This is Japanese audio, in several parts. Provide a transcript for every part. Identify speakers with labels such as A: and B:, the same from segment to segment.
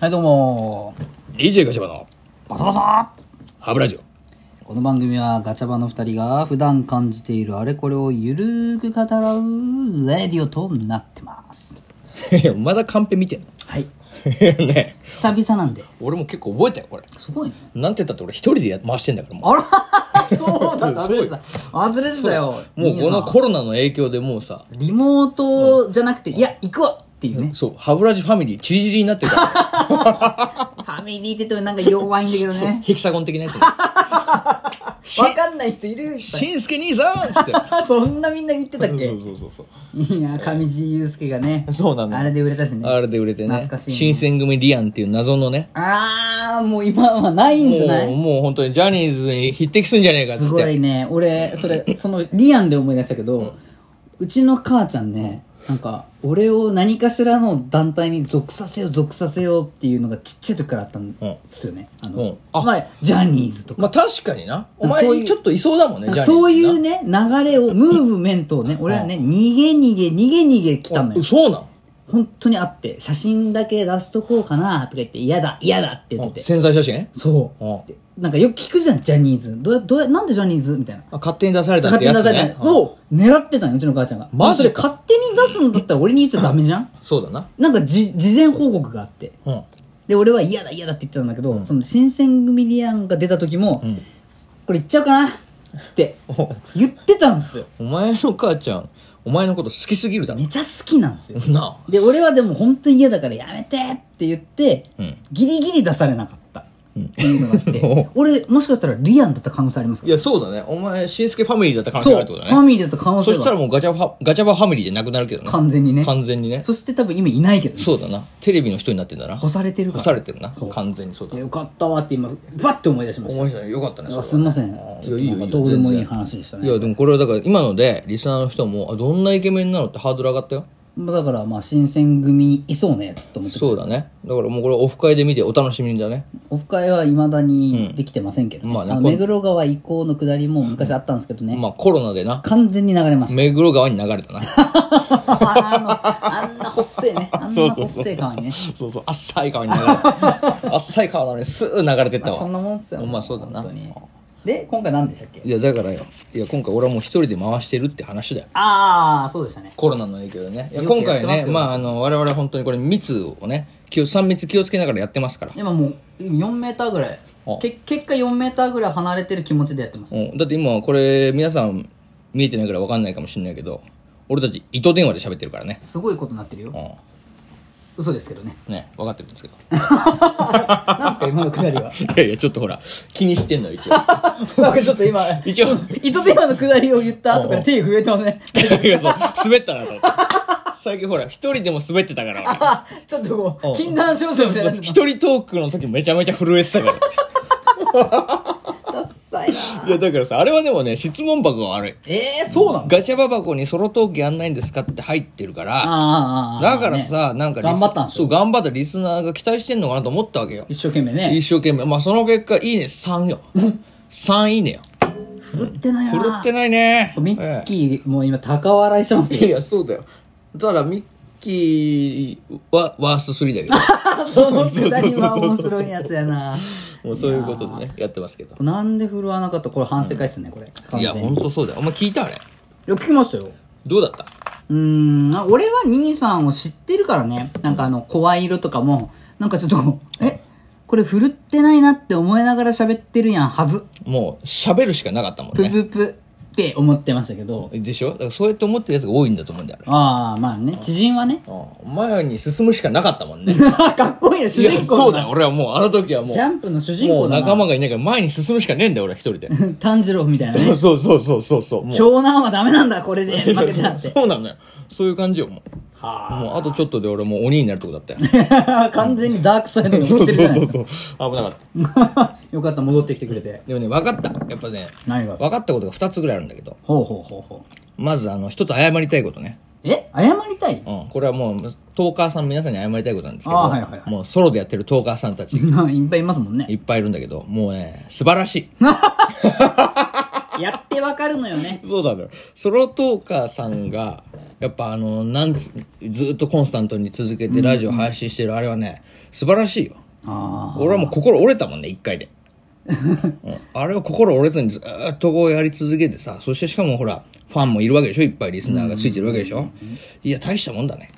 A: はいどうも
B: DJ ガチャバの
A: バサバサ
B: ハブラジオ
A: この番組はガチャバの2人が普段感じているあれこれをゆるーく語らうレディオとなってます
B: いや まだカンペ見てんの
A: はい
B: ね
A: 久々なんで
B: 俺も結構覚えたよこれ
A: すごいね
B: なんて言ったって俺一人でや回してんだからも
A: あ らそうだ忘れてた忘れてたよ
B: うもうこのコロナの影響でもうさ
A: リモートじゃなくて、いや行くわっていうね、
B: そうハブラジファミリーチリチリになってるか
A: ファミリーって言ってもなんか弱いんだけど
B: ら
A: ね
B: ヘキサゴン的なやつ
A: わかんない人いる よいっぱい
B: しんすけ兄さんっつって
A: そんなみんな言ってたっけ
B: そうそうそう
A: いや上地雄介がね
B: そうなの
A: あれで売れたしね
B: あれで売れてね
A: 懐かしいね
B: 新選組リアンっていう謎のね
A: あー、もう今はないん
B: も
A: じゃな
B: う
A: い
B: もう本当にジャニーズに匹敵すんじゃねえかっつ
A: す
B: っ
A: ご
B: て
A: いね。俺、それ、その、リアンで思い出したけど、うちの母ちゃんね、なんか、俺を何かしらの団体に属させよう、属させようっていうのがちっちゃい時からあったんですよね。あ
B: う
A: の
B: ん、あ
A: まあジャニーズとか。
B: まあ確かになお
A: そうい
B: 前
A: う
B: ちょっといそうだもんねジャニーズ
A: そういうね、
B: ね
A: 流れを、ムーブメントをね、俺はね、逃げ逃げ、逃げ逃げ来たのよ。
B: そうなの
A: 本当にあって、写真だけ出しとこうかなとか言って、嫌だ、嫌だって言ってて。
B: 潜在写真
A: そう。
B: うん
A: でなんかよく聞くじゃん、ジャニーズ。どうや、どうや、なんでジャニーズみたいな。
B: あ勝手に出されたっ
A: 勝手
B: て
A: に
B: や
A: 出
B: つ
A: され
B: ね
A: たのを狙ってたのよ、うちの母ちゃんが。
B: マジ
A: でも
B: か
A: それ勝手に出すんだったら俺に言っちゃダメじゃん
B: うんそうだな
A: なんかじ、事前報告があって。
B: うん
A: で、俺は嫌だ嫌だって言ってたんだけど、その新選組リアンが出た時も、これ言っちゃうかな って言ってたんですよ。
B: お前の母ちゃんお前のこと好きすぎるだろ
A: めちゃ好きなんですよ。
B: なあ
A: で、俺はでも本当に嫌だからやめてって言って、
B: うん
A: ギリギリ出されなかった。っていうのがあって、俺もしかしたらリアンだった可能性ありますか
B: いやそうだねお前しんすけファミリーだった可能性
A: そ
B: があ
A: う、
B: るってこと
A: ファ
B: だね
A: ミリーだった可能
B: そ
A: 性
B: したら
A: は
B: もうガチャファガチャバファミリーでなくなるけどね
A: 完全にね。
B: 完全にね
A: そして多分今いないけどね。
B: そうだなテレビの人になってんだな
A: 干されてるか
B: 干
A: ら。
B: されてるな
A: そう
B: 完全にそうだ
A: よかったわって今、バッて思い出しまし
B: 思い出したねよかったね
A: た。
B: そ
A: あ
B: れ
A: すみません。
B: いやいいよいいよ
A: どうでもい
B: 全
A: い
B: 然
A: 話でした
B: い
A: ね。
B: やでもこれはだから今のでリスナーの人もあどんなイケメンなのってハードル上がったよ
A: まあだから、まあ、新選組にいそうなやつと思って。
B: そうだねだからもうこれオフ会で見てお楽しみにだね
A: オフ会はいまだにできてませんけど、
B: うんまあね
A: の
B: こん
A: 目黒川以降の下りも昔あったんですけどね、
B: まあコロナでな
A: 完全に流れました。
B: 目黒川に流れたな
A: あの あんな細い ね。あんな細い川にね。
B: そうそう、あっさい川に流 れて。あっさい川なのにすー流れてった
A: そんな
B: わ。
A: もんっすよ。
B: まあそうだな
A: 本当に。で、今回何でしたっけ
B: いや、だからよ。いや、今回俺はもう一人で回してるって話だよ。
A: ああ、そうでしたね。
B: コロナの影響でね。いや、
A: よくや
B: 今
A: ってますよ
B: 回ね、まあ、あの、我々は本当にこれ密をね、気を、3密気をつけながらやってますから。
A: 今もう4メーターぐらい
B: あ
A: け結果4メーターぐらい離れてる気持ちでやってます
B: うん。だって今、これ、皆さん見えてないから分かんないかもしれないけど、俺たち糸電話で喋ってるからね。
A: すごいことになってるよ
B: う
A: 嘘ですけどね
B: ん。ね、分かってるんですけど。
A: なんですか今のくだりは
B: いやいや、ちょっとほら、気にしてんのよ、一応。
A: なんかちょっと今
B: 一応
A: 糸電話のくだりを言った後から手震えてま せん
B: いや、そう、滑ったなと思って。最近ほら、一人でも滑ってたから、俺
A: あちょっとこ
B: う
A: うん禁断症状みたいになって
B: 一人トークの時めちゃめちゃ震えてたから。
A: ダッサいない
B: や、だからさ、あれはでもね、質問箱が悪い。
A: えー、そうなの
B: ガチャバ箱にソロトークやんないんですかって入ってるから、
A: あーあーあー
B: だからさ、
A: ね
B: なんかリス
A: 頑張ったんです
B: そう、
A: よ
B: 頑張ったリスナーが期待してんのかなと思ったわけよ。
A: 一生懸命ね
B: 一生懸命。まあ、その結果、いいね、3よ。3いいねよ。
A: 振るってないな
B: 狂ってないね。
A: ミ
B: え
A: ッキーもう今高笑いしてます
B: えい
A: よ
B: や、そうだよ。ただ、ミッキーは、ワースト3だけど。
A: そのくだりは面白いやつやな
B: もうそういうことでね、やってますけど。
A: なんで振るわなかったこれ反省会っすねこれ完
B: いや、
A: 全に
B: ほんとそうだよ。お前聞いたあれ。
A: いや聞きましたよ
B: どうだった
A: うーんあ俺は兄さんを知ってるからねなんかあの声色とかもなんかちょっとこうえこれ振るってないなって思いながら喋ってるやんはず
B: もう、喋るしかなかったもん
A: プ
B: ね。
A: ププって思ってましたけど
B: でしょだからそうやって思ってるやつが多いんだと思うんだよ、あれ
A: ああまあね知人はね
B: 前に進むしかなかったもんね。
A: かっこいいね主
B: いや、
A: 人
B: そ
A: 公
B: うだよ。俺はもう、あの時はもう。
A: ジャンプの主人
B: も
A: 公
B: う
A: だ
B: 仲
A: な
B: 間がいないから前に進むしかねえんだよ、俺は一人で。
A: 炭治郎みたいなね
B: そうそうそうそうそう。もう。
A: 長男はダメなんだこれで負けちゃって
B: そうなのよ。そういう感じよ、もう。
A: は
B: もう、あとちょっとで俺もう鬼になるとこだっ たよ。
A: あ完全にダークサイドに落
B: そ
A: ち
B: う
A: て
B: そう
A: るじゃない
B: そ
A: で
B: う
A: す
B: そう。危なかった。
A: か よかった戻ってきてくれて
B: でもね、分かった。やっぱね、
A: 何が
B: 分かったことが2つぐらいあるんだけど。
A: ほうほうほうほう
B: まず、あの、一つ謝りたいことね。
A: え謝り たい
B: うん。これはもう、トーカーさん皆さんに謝りたいことなんですけど。
A: あはいはいはい
B: もう、ソロでやってるトーカーさんたち、
A: ないっぱいいますもんね
B: いっぱいいるんだけど、もうね、素晴らしい。
A: やってわかるのよね。
B: そうだね。ソロトーカーさんが、やっぱあの、なんつ、ずっとコンスタントに続けてラジオ配信してるあれはね、素晴らしいよ。
A: あ
B: 俺はもう心折れたもんね、一 回で。うんあれは心折れずにずーっとこうやり続けてさ、そしてしかもほら、ファンもいるわけでしょいっぱいリスナーがついてるわけでしょいや、大したもんだね。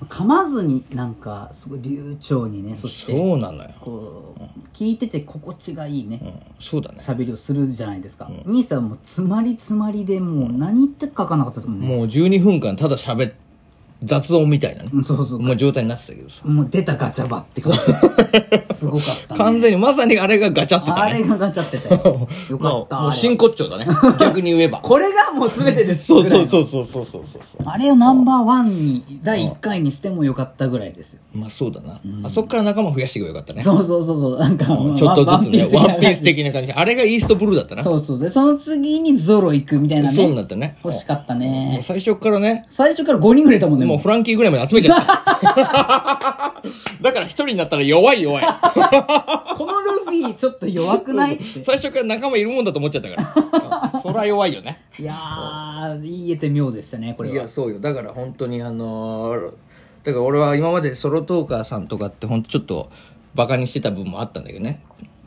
A: あ噛まずになんかすごい流暢にねそして
B: そうなのよ。
A: こう聞いてて心地がいいね
B: うん、そうだね。
A: 喋りをするじゃないですか、兄さんもう詰まり詰まりでもう何言ってるか分かんなかったですもんね、
B: もう12分間ただ喋っ、雑音みたいなね。
A: うん、そうそう
B: もう状態になってたけどさ。
A: もう出たガチャバって感 じすごかった、ね、
B: 完全にまさにあれがガチャってた
A: あ
B: ね。
A: れがガチャ ってたよよかった、
B: まあ
A: あ
B: もう
A: れ
B: 真骨 頂だね。逆に言えば。
A: これがもう全てです
B: そうそうそうそうそうそうそう。
A: あれをナンバーワンに第1回にしてもよかったぐらいですよ
B: まあそうだな。あそこから仲間増やしていけばよかったね。
A: そうそうそうそうなんか
B: うん
A: まあ
B: ちょっとずつね、
A: ワ
B: ワ
A: ン
B: ンピ
A: ピ
B: ー
A: ー
B: ス
A: ス的
B: 的な感じ。あれがイーストブルーだったな。
A: な
B: そ
A: そうそうでその次にゾロ行くみたいなね
B: うになったね。
A: 欲しかった
B: もう
A: ね
B: 最初からね、
A: 最初から5人ぐらいいたもんね
B: もうフランキーぐらいまで集めちゃ った。だから一人になったら弱い 弱い。
A: このルフィちょっと弱くないって
B: 最初から仲間いるもんだと思っちゃったから。 うんそら弱いよね。
A: いやー言えて妙でしたねこれ
B: い
A: は
B: や、そうよ。だから本当にあのーだから俺は今までソロトーカーさんとかって本当ちょっとバカにしてた部分もあったんだけどね。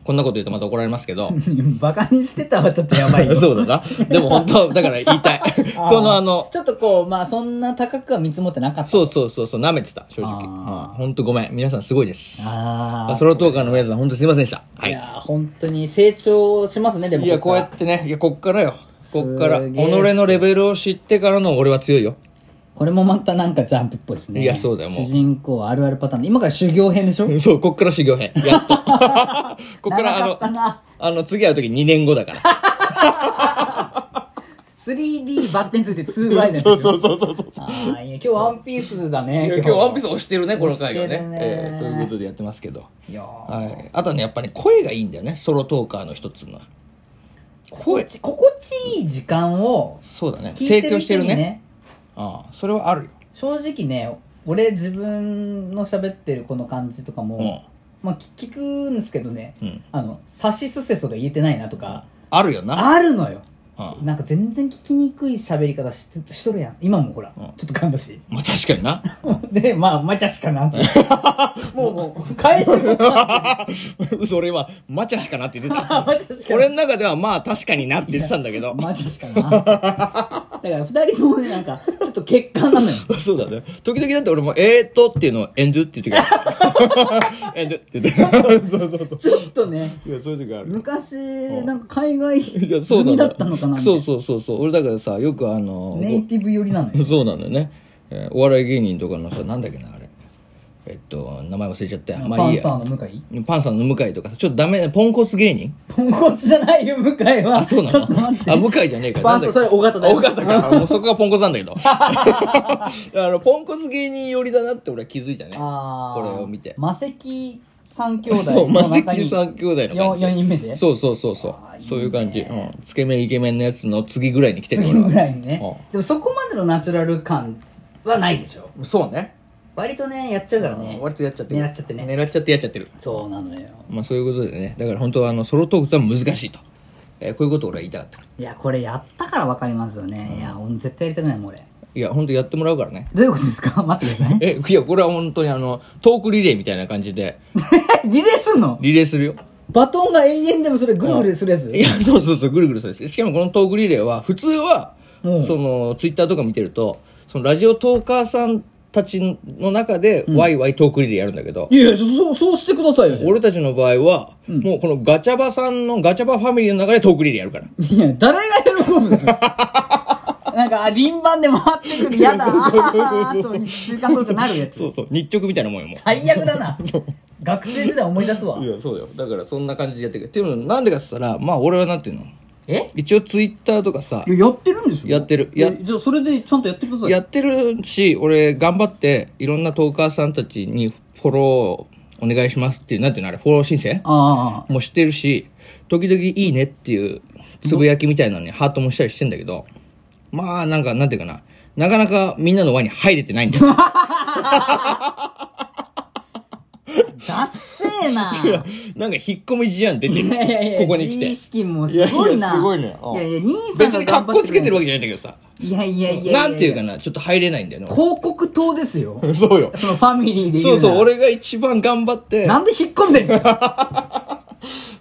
B: こんなこと言うとまた怒られますけど。
A: バカにしてたはちょっとやばいよ
B: そうだな。でも本当、だから言いたい。 このあの、
A: ちょっとこうまあそんな高くは見積もってなかった
B: そうそうそうそう、舐めてた、正直。
A: あー
B: うんほんとごめん。皆さんすごいです。
A: あー
B: ソロトーカーの皆さん、ほんとすいませんでした。はいい。
A: やー本当に成長しますねでも
B: いや、こうや
A: っ
B: ってね、いや、こっからよ。こっから。
A: す
B: 己
A: げえ
B: のレベルを知ってからの俺は強いよ。
A: これもまたなんかジャンプっぽいですね
B: いやそうだよもう
A: 主人公あるあるパターンで今から修行編でしょ
B: うんそう、こっから修行編。や っと。こっから、あ
A: 長かった
B: の
A: な、
B: あの、次会う時2年後だから。
A: 3D バッテンついて 2Y でしょ そうそうそうそうそうあーいや今日ワンピースだね
B: いや今日ワンピース押してるね、この回は
A: 押し
B: ね
A: てる。ね
B: えーということでやってますけど。
A: いやー
B: はい。あとはね、やっぱり声がいいんだよね、ソロトーカーの一つのは。
A: 心。
B: 声
A: 地心地いい時間を
B: そうだね。
A: 聞いて
B: 提
A: る
B: 供して
A: 人
B: る
A: に
B: ね。
A: ね
B: ああ、それはあるよ。
A: 正直ね俺自分の喋ってるこの感じとかも、
B: うん
A: まあ聞聞くんですけどね、
B: うん
A: あのさしすせそで言えてないなとか、
B: あるよな。
A: あるのよ
B: うん
A: なんか全然聞きにくい喋り方ししとるやん今もほら、
B: ん
A: ちょっと噛んだし
B: まあ確かにな。
A: でまあマチャしかなもうもう返しも
B: 嘘、俺今、マチャしかなって言 ってた。
A: マチャしかな
B: 俺の中ではまあ確かになって言ってたんだけど。
A: マチャしかなだから二人ともねなんかちょっと欠陥なのよ
B: そうだね。時々だって俺も、えーっとっていうのをエンドゥって言ってく る。エンドゥって言って。 そうそうそう。
A: ちょっとね
B: いや、そういう時ある。
A: 昔なんか海外
B: いや、
A: 済
B: そうな
A: み
B: んだ
A: だ
B: よ
A: ったのかなみたいな
B: そうそうそうそう。俺だからさ、よくあの、
A: ネイティブ寄りなのよ
B: そうなんだよね、えーお笑い芸人とかのさ、なんだっけな、あれ。えっと、名前忘れちゃったよ。ま
A: パ
B: あいい
A: ンサ
B: や。
A: ーの向井
B: パンさんの向井とかさ、ちょっとダメな、ポンコツ芸人
A: ポンコツじゃないよ向井は
B: あ、そうな
A: ちょっと
B: の
A: 待って
B: あ、向井じゃねえか。
A: パン
B: なんだっけ
A: それ尾形だよ
B: 尾形か。もうそこがポンコツなんだけど。 あの、ポンコツ芸人寄りだなって俺は気づいたね。
A: あ
B: これを見て。
A: マセキ三兄弟
B: そ
A: の
B: う、マ
A: 中
B: セ
A: に
B: キ三兄弟の感じ。
A: 4人目で
B: そうそうそうそう
A: あーいい。ね
B: そういう感じ。うん。つけ麺イケメンのやつの次ぐらいに来てる
A: 次
B: 俺は
A: ぐらいにね
B: う
A: でもそこまでのナチュラル感はないでしょ
B: そうね。
A: 割とねやっちゃうからね
B: 割とやっちゃってる。
A: 狙っちゃってね
B: 狙っちゃってやっちゃってる。
A: そうなのよ
B: まあそういうことでね。だから本当はあの、ソロトークとは難しいと。えーこういうことを俺は言いたかった。
A: いやこれやったから分かりますよねいや俺絶対やりたくないもん俺
B: いや、本当やってもらうからね。
A: どういうことですか 待ってください
B: え、いや、これは本当にあの、トークリレーみたいな感じで、
A: リレーすんの
B: リレーするよ。
A: バトンが永遠でもそれグルグルするやつ
B: いや、そうそうそう、ぐるぐるそうです。しかもこのトークリレーは、普通は、
A: うん
B: その、ツイッターとか見てると、そのラジオトーカーさんたちの中で、ワイワイトークリレーやるんだけど、
A: いやいやそうそうしてくださいよじゃあ
B: 俺たちの場合は、もうこのガチャバさんの、ガチャバファミリーの中でトークリレーやるから。
A: いや、誰が喜ぶの なんか、輪番で回ってくる、やだ、あと1週間後となるやつ
B: そ。うそう、日直みたいなもんよ、もう。
A: 最悪だな。学生時代思い出すわ
B: い。や、そうだよ。だからそんな感じでやってくる。っていうの、なんでかって言ったら、まあ俺はなんていうの
A: え
B: 一応ツイッターとかさ、
A: いや、やってるんでしょ
B: やってる
A: いや
B: や
A: じゃあ、それでちゃんとやってください。
B: やってるし、俺頑張って、いろんなトーカーさんたちにフォローお願いしますっていう、なんていうのあれ、フォロー申請
A: あ
B: もしてるし、時々いいねっていうつぶやきみたいなのにハートもしたりしてんだけど、まあなんか、なんていうかな、なかなかみんなの輪に入れてないんだよ。
A: あ。だっせえな。
B: なんか引っ込み思案出てる
A: いやいやいや。
B: ここに来
A: 自
B: て
A: 意。識もすごいな。
B: いやいやすごいねうん
A: いやいや、兄さん
B: 別
A: が
B: に
A: 頑
B: 格
A: 張
B: 好
A: って
B: つ
A: くれ
B: けてるわけじゃないんだけどさ。
A: いやいやいやいや
B: なんていうかな、ちょっと入れないんだよ
A: 広告塔ですよ。
B: な。 そうよ。
A: そのファミリーで言
B: そうう
A: な
B: そう、俺が一番頑張って、
A: なんで引っ込んでんすか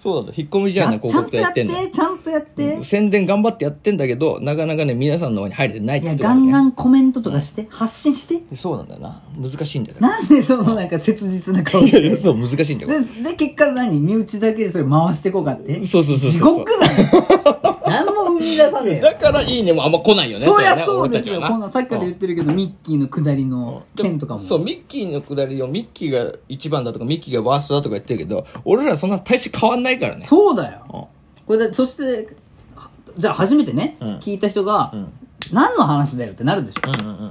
B: そうだった、引っ込みじ
A: ち
B: ゃ
A: ゃ
B: んね、
A: ん
B: 広告
A: と
B: や
A: や
B: っ
A: ってて
B: んだよ。、
A: ちゃんとやって。
B: 宣伝頑張ってやってんだけど、なかなかね、皆さんの方に入れてないっ
A: い
B: て
A: や、
B: とこ
A: ガ
B: ろね
A: ンガンコメントとかして、発信して。
B: そうなんだよな。難しいんだよな。
A: なんでそのなんか切実な顔し
B: いやい
A: て。
B: や そう、難しいんだよ。
A: で、で結果何身内だけでそれ回してこうかって。
B: そうそうそうそう
A: 地獄 なの何も生み出さねえよ。
B: だから、いいねもあんま来ないよね。
A: そりゃ
B: れはね
A: そうですよ。
B: 俺たちは
A: こ
B: な
A: のさっきから言ってるけど、ミッキーの下りの剣とかも。
B: そう、ミッキーのくだりをミッキーが一番だとか、ミッキーがワーストだとか言ってるけど、俺らそんな大して変わんないからね。
A: そうだよ。
B: うん
A: これで、そして、はじゃあ初めてね、聞いた人が、何の話だよってなるでしょ。
B: うんうん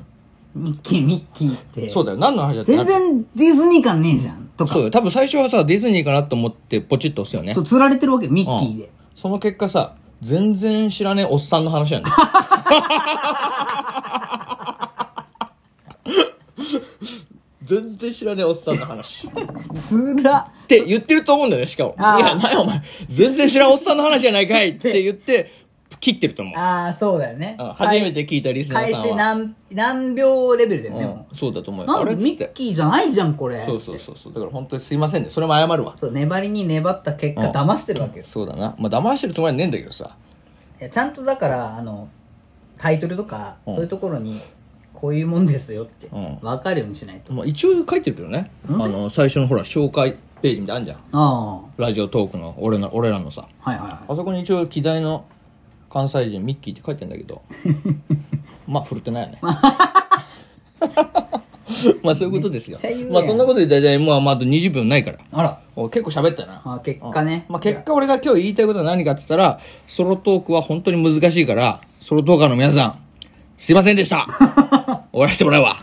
A: ミッキー、ミッキーって。
B: そうだよ。何の話だってな
A: 全
B: る
A: 然ディズニー感ねえじゃん。とか
B: そう。よ。多分最初はさ、ディズニーかなと思ってポチッと押すよね
A: と。釣られてるわけよミッキーで。
B: その結果さ、全然知らねえおっさんの話なんだよ。全然知らねえおっさんの話。っ
A: つら
B: て言ってると思うんだよね、しかも。い
A: あー
B: や、なにお前、全然知らんおっさんの話じゃないかいって言って、切ってると思う。
A: ああ、そうだよね。
B: うん初めて聞いたリスナー
A: 開
B: さん
A: 始
B: は。
A: 何、何秒レベルだよね、も
B: うん、そうだと思う
A: う
B: よ。あ
A: な
B: れ
A: ん
B: っ
A: で
B: つ
A: ミ
B: って
A: ッ。キーじゃないじゃん、これ。
B: そうそうそうそう。だから本当にすいませんね。それも謝るわ。
A: そう粘りに粘った結果、
B: うん
A: 騙してるわけよ。
B: そうだな。まあ、騙してるつもりはねえんだけどさ。
A: いやちゃんとだから、あの、タイトルとか、
B: うん
A: そういうところに、こういうもんですよって
B: うん、
A: わかるようにしないと。
B: まあ、一応書いてるけどね。あの、最初のほら、紹介ページみたいなのあんじゃん。
A: あ
B: ラジオトークの俺の俺らのさ
A: あ、はいはいは
B: あそこに一応希代の関西人ミッキーって書いてんだ けどまあ振るってないよね まあそういうことですよ
A: めっちゃ言うやん
B: まあそんなことで大体もうまああと20分ないから
A: い。あら、
B: お結構喋ったな
A: まあ結果ね。
B: まあ、結果俺が今日言いたいことは何かって言ったらソロトーク は本当に難しいからソロトーカーの皆さんすいませんでした終わらせてもらうわ